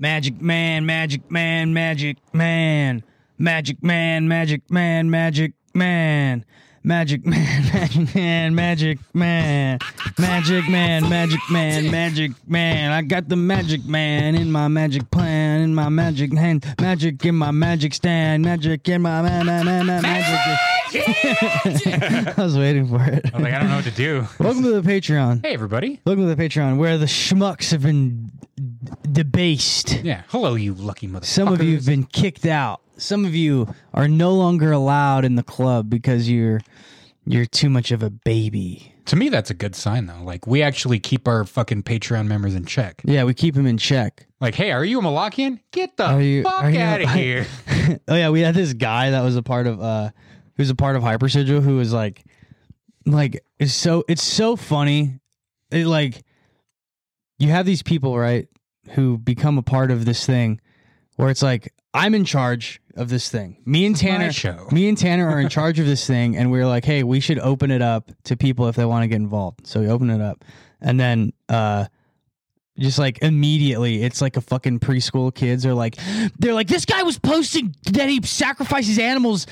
Magic Man, Magic Man, Magic Man, Magic Man, Magic Man, Magic Man, Magic Man, Magic Man, Magic Man, Magic Man, Magic Man, Magic Man. I got the Magic Man in my magic plan, in my magic hand, magic in my magic stand, magic in my man, man, man, man, magic. I was waiting for it. I was like, I don't know what to do. Welcome to the Patreon. Hey, everybody. Welcome to the Patreon, where the schmucks have been d- debased. Yeah. Hello, you lucky motherfucker. Some of you have been kicked out. Some of you are no longer allowed in the club because you're you're too much of a baby. To me, that's a good sign, though. Like, we actually keep our fucking Patreon members in check. Yeah, we keep him in check. Like, hey, are you a Malakian? Get the Are you- are fuck you- out of here. oh yeah, we had this guy that was a part of uh who was a part of Hypersigil who was like like it's so it's so funny. It like you have these people, right, who become a part of this thing where it's like I'm in charge of this thing. Me and Tanner My show. me and Tanner are in charge of this thing, and we are like, hey, we should open it up to people if they want to get involved. So we open it up, and then uh, just like immediately, it's like a fucking preschool kids are like, they're like, this guy was posting that he sacrifices animals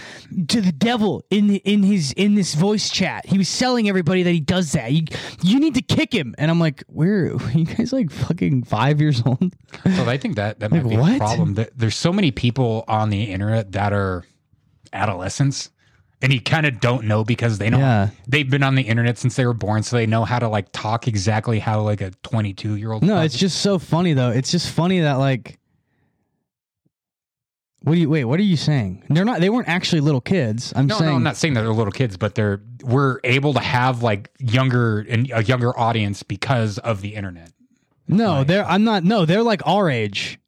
to the devil in the, in his in this voice chat. He was selling everybody that he does that. You you need to kick him. And I'm like, we're you guys like fucking five years old? Well, I think that, that might Like, be what? a problem. That There's so many people on the internet that are adolescents. And you kind of don't know because they don't. Yeah. They've been on the internet since they were born, so they know how to like talk exactly how like a 22 year old. No, it's just so funny though. It's just funny that like what do you wait, what are you saying? They're not they weren't actually little kids. I'm No, saying no, I'm not saying that they're little kids, but they're we're able to have like younger and a younger audience because of the internet. No, they're I'm not no, they're like our age.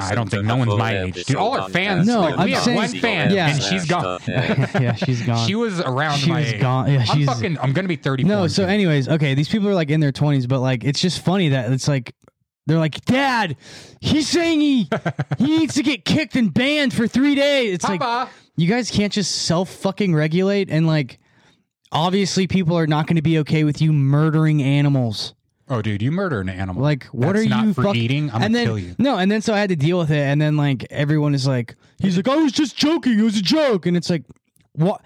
I don't think no one's my age, dude. All our fans, No, like, I'm we saying- have one fan, Yeah. and she's gone. yeah, she's gone. She was around She my was age. gone. Yeah, I'm she's- fucking. I'm gonna be 34. no, in so June. anyways, okay, these people are like in their 20s, but like it's just funny that it's like they're like, "Dad, he's saying he he needs to get kicked and banned for 3 days." It's like Papa, you guys can't just self fucking regulate and like obviously people are not going to be okay with you murdering animals oh dude, you murder an animal. like what That's are not you for fuck- eating? and I'm gonna then kill you. no and then so i had to deal with it and then like everyone is like he's like i was just joking it was a joke and it's like what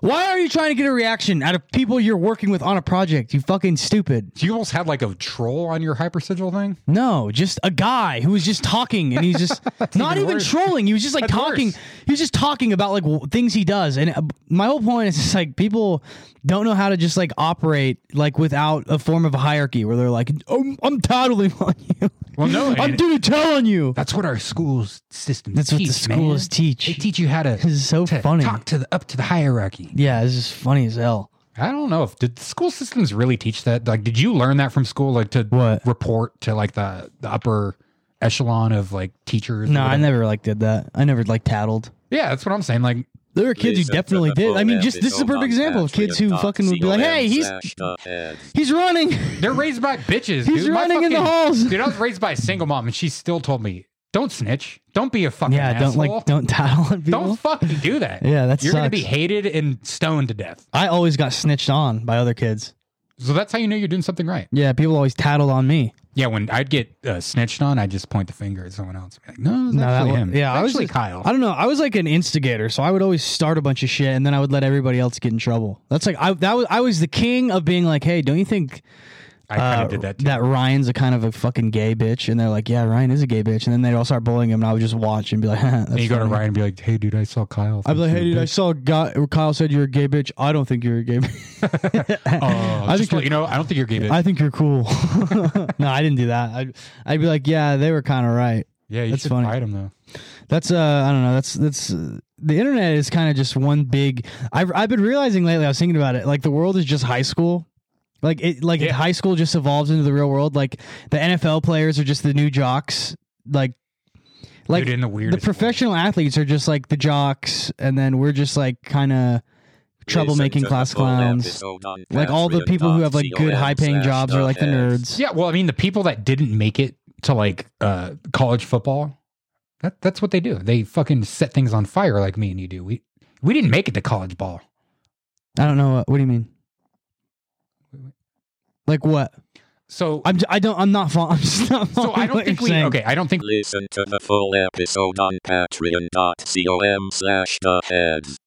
why are you trying to get a reaction out of people you're working with on a project you fucking stupid you almost had like a troll on your hypersigil thing. no just a guy who was just talking and he's just not even even, worse. trolling he was just like That's talking worse. he was just talking about like w- things he does and uh, my whole point is it's like people don't know how to just like operate like without a form of a hierarchy where they're like i'm, I'm tattling on you Well, no, i'm and- doing a tell on you That's what our schools system. That's what the teach, schools man. teach. They teach you how to. This is so to funny. Talk to the up to the hierarchy. yeah this is funny as hell I don't know if did the school systems really teach that. Like, did you learn that from school? Like to What? report to like the, the upper echelon of like teachers? or no i whatever? never like did that i never like tattled Yeah, that's what I'm saying. Like, there are kids who definitely did i mean just this is a perfect example of kids who fucking would be like hey he's uh, he's running they're raised by bitches. He's dude. My running in the fucking- halls. Dude, I was raised by a single mom, and she still told me, "Don't snitch. Don't be a fucking yeah don't asshole. like don't tattle on people Don't fucking do that. Yeah, that you're gonna sucks. be hated and stoned to death. i always got snitched on by other kids So that's how you know you're doing something right. yeah people always tattled on me Yeah, when I'd get uh, snitched on, I'd just point the finger at someone else. Be like, no, it's No, that actually wa- him. yeah, It's I was actually just- Kyle. I don't know. I was like an instigator, so I would always start a bunch of shit, and then I would let everybody else get in trouble. That's like I that was I was the king of being like, hey, don't you think I kind uh, of did that too. that Ryan's a kind of a fucking gay bitch? And they're like, yeah, Ryan is a gay bitch, and then they'd all start bullying him, and I would just watch and be like, "Huh, that's And you go to funny." Ryan and be like, "Hey, dude, I saw Kyle." I'd be like, Thanks, hey, dude, I saw guy, Kyle said you're a gay bitch. I don't think you're a gay. bitch. I Oh, I think just you're- let you know, I don't think you're gay. bitch. I think you're cool. no, I didn't do that. I'd, I'd be like, yeah, they were kind of right. yeah, you that's should funny. fight him though. That's uh, I don't know. That's that's uh, the internet is kind of just one big. I've I've been realizing lately. I was thinking about it. Like the world is just high school. Like it, like Yeah. high school just evolves into the real world. Like the NFL players are just the new jocks. Like, like dude, in the the weirdest. professional athletes are just like the jocks, and then we're just like kind of troublemaking class clowns. Like all the people who have like good high paying jobs uh, are like the nerds. Yeah, well, I mean, the people that didn't make it to like uh, college football, that that's what they do. They fucking set things on fire like me and you do. We we didn't make it to college ball. I don't know what. What do you mean? Like what? So I'm j- I don't I'm not following. I'm just not so I following don't what think you're we saying. okay. I don't think Listen to the full episode on patreon.com slash the heads.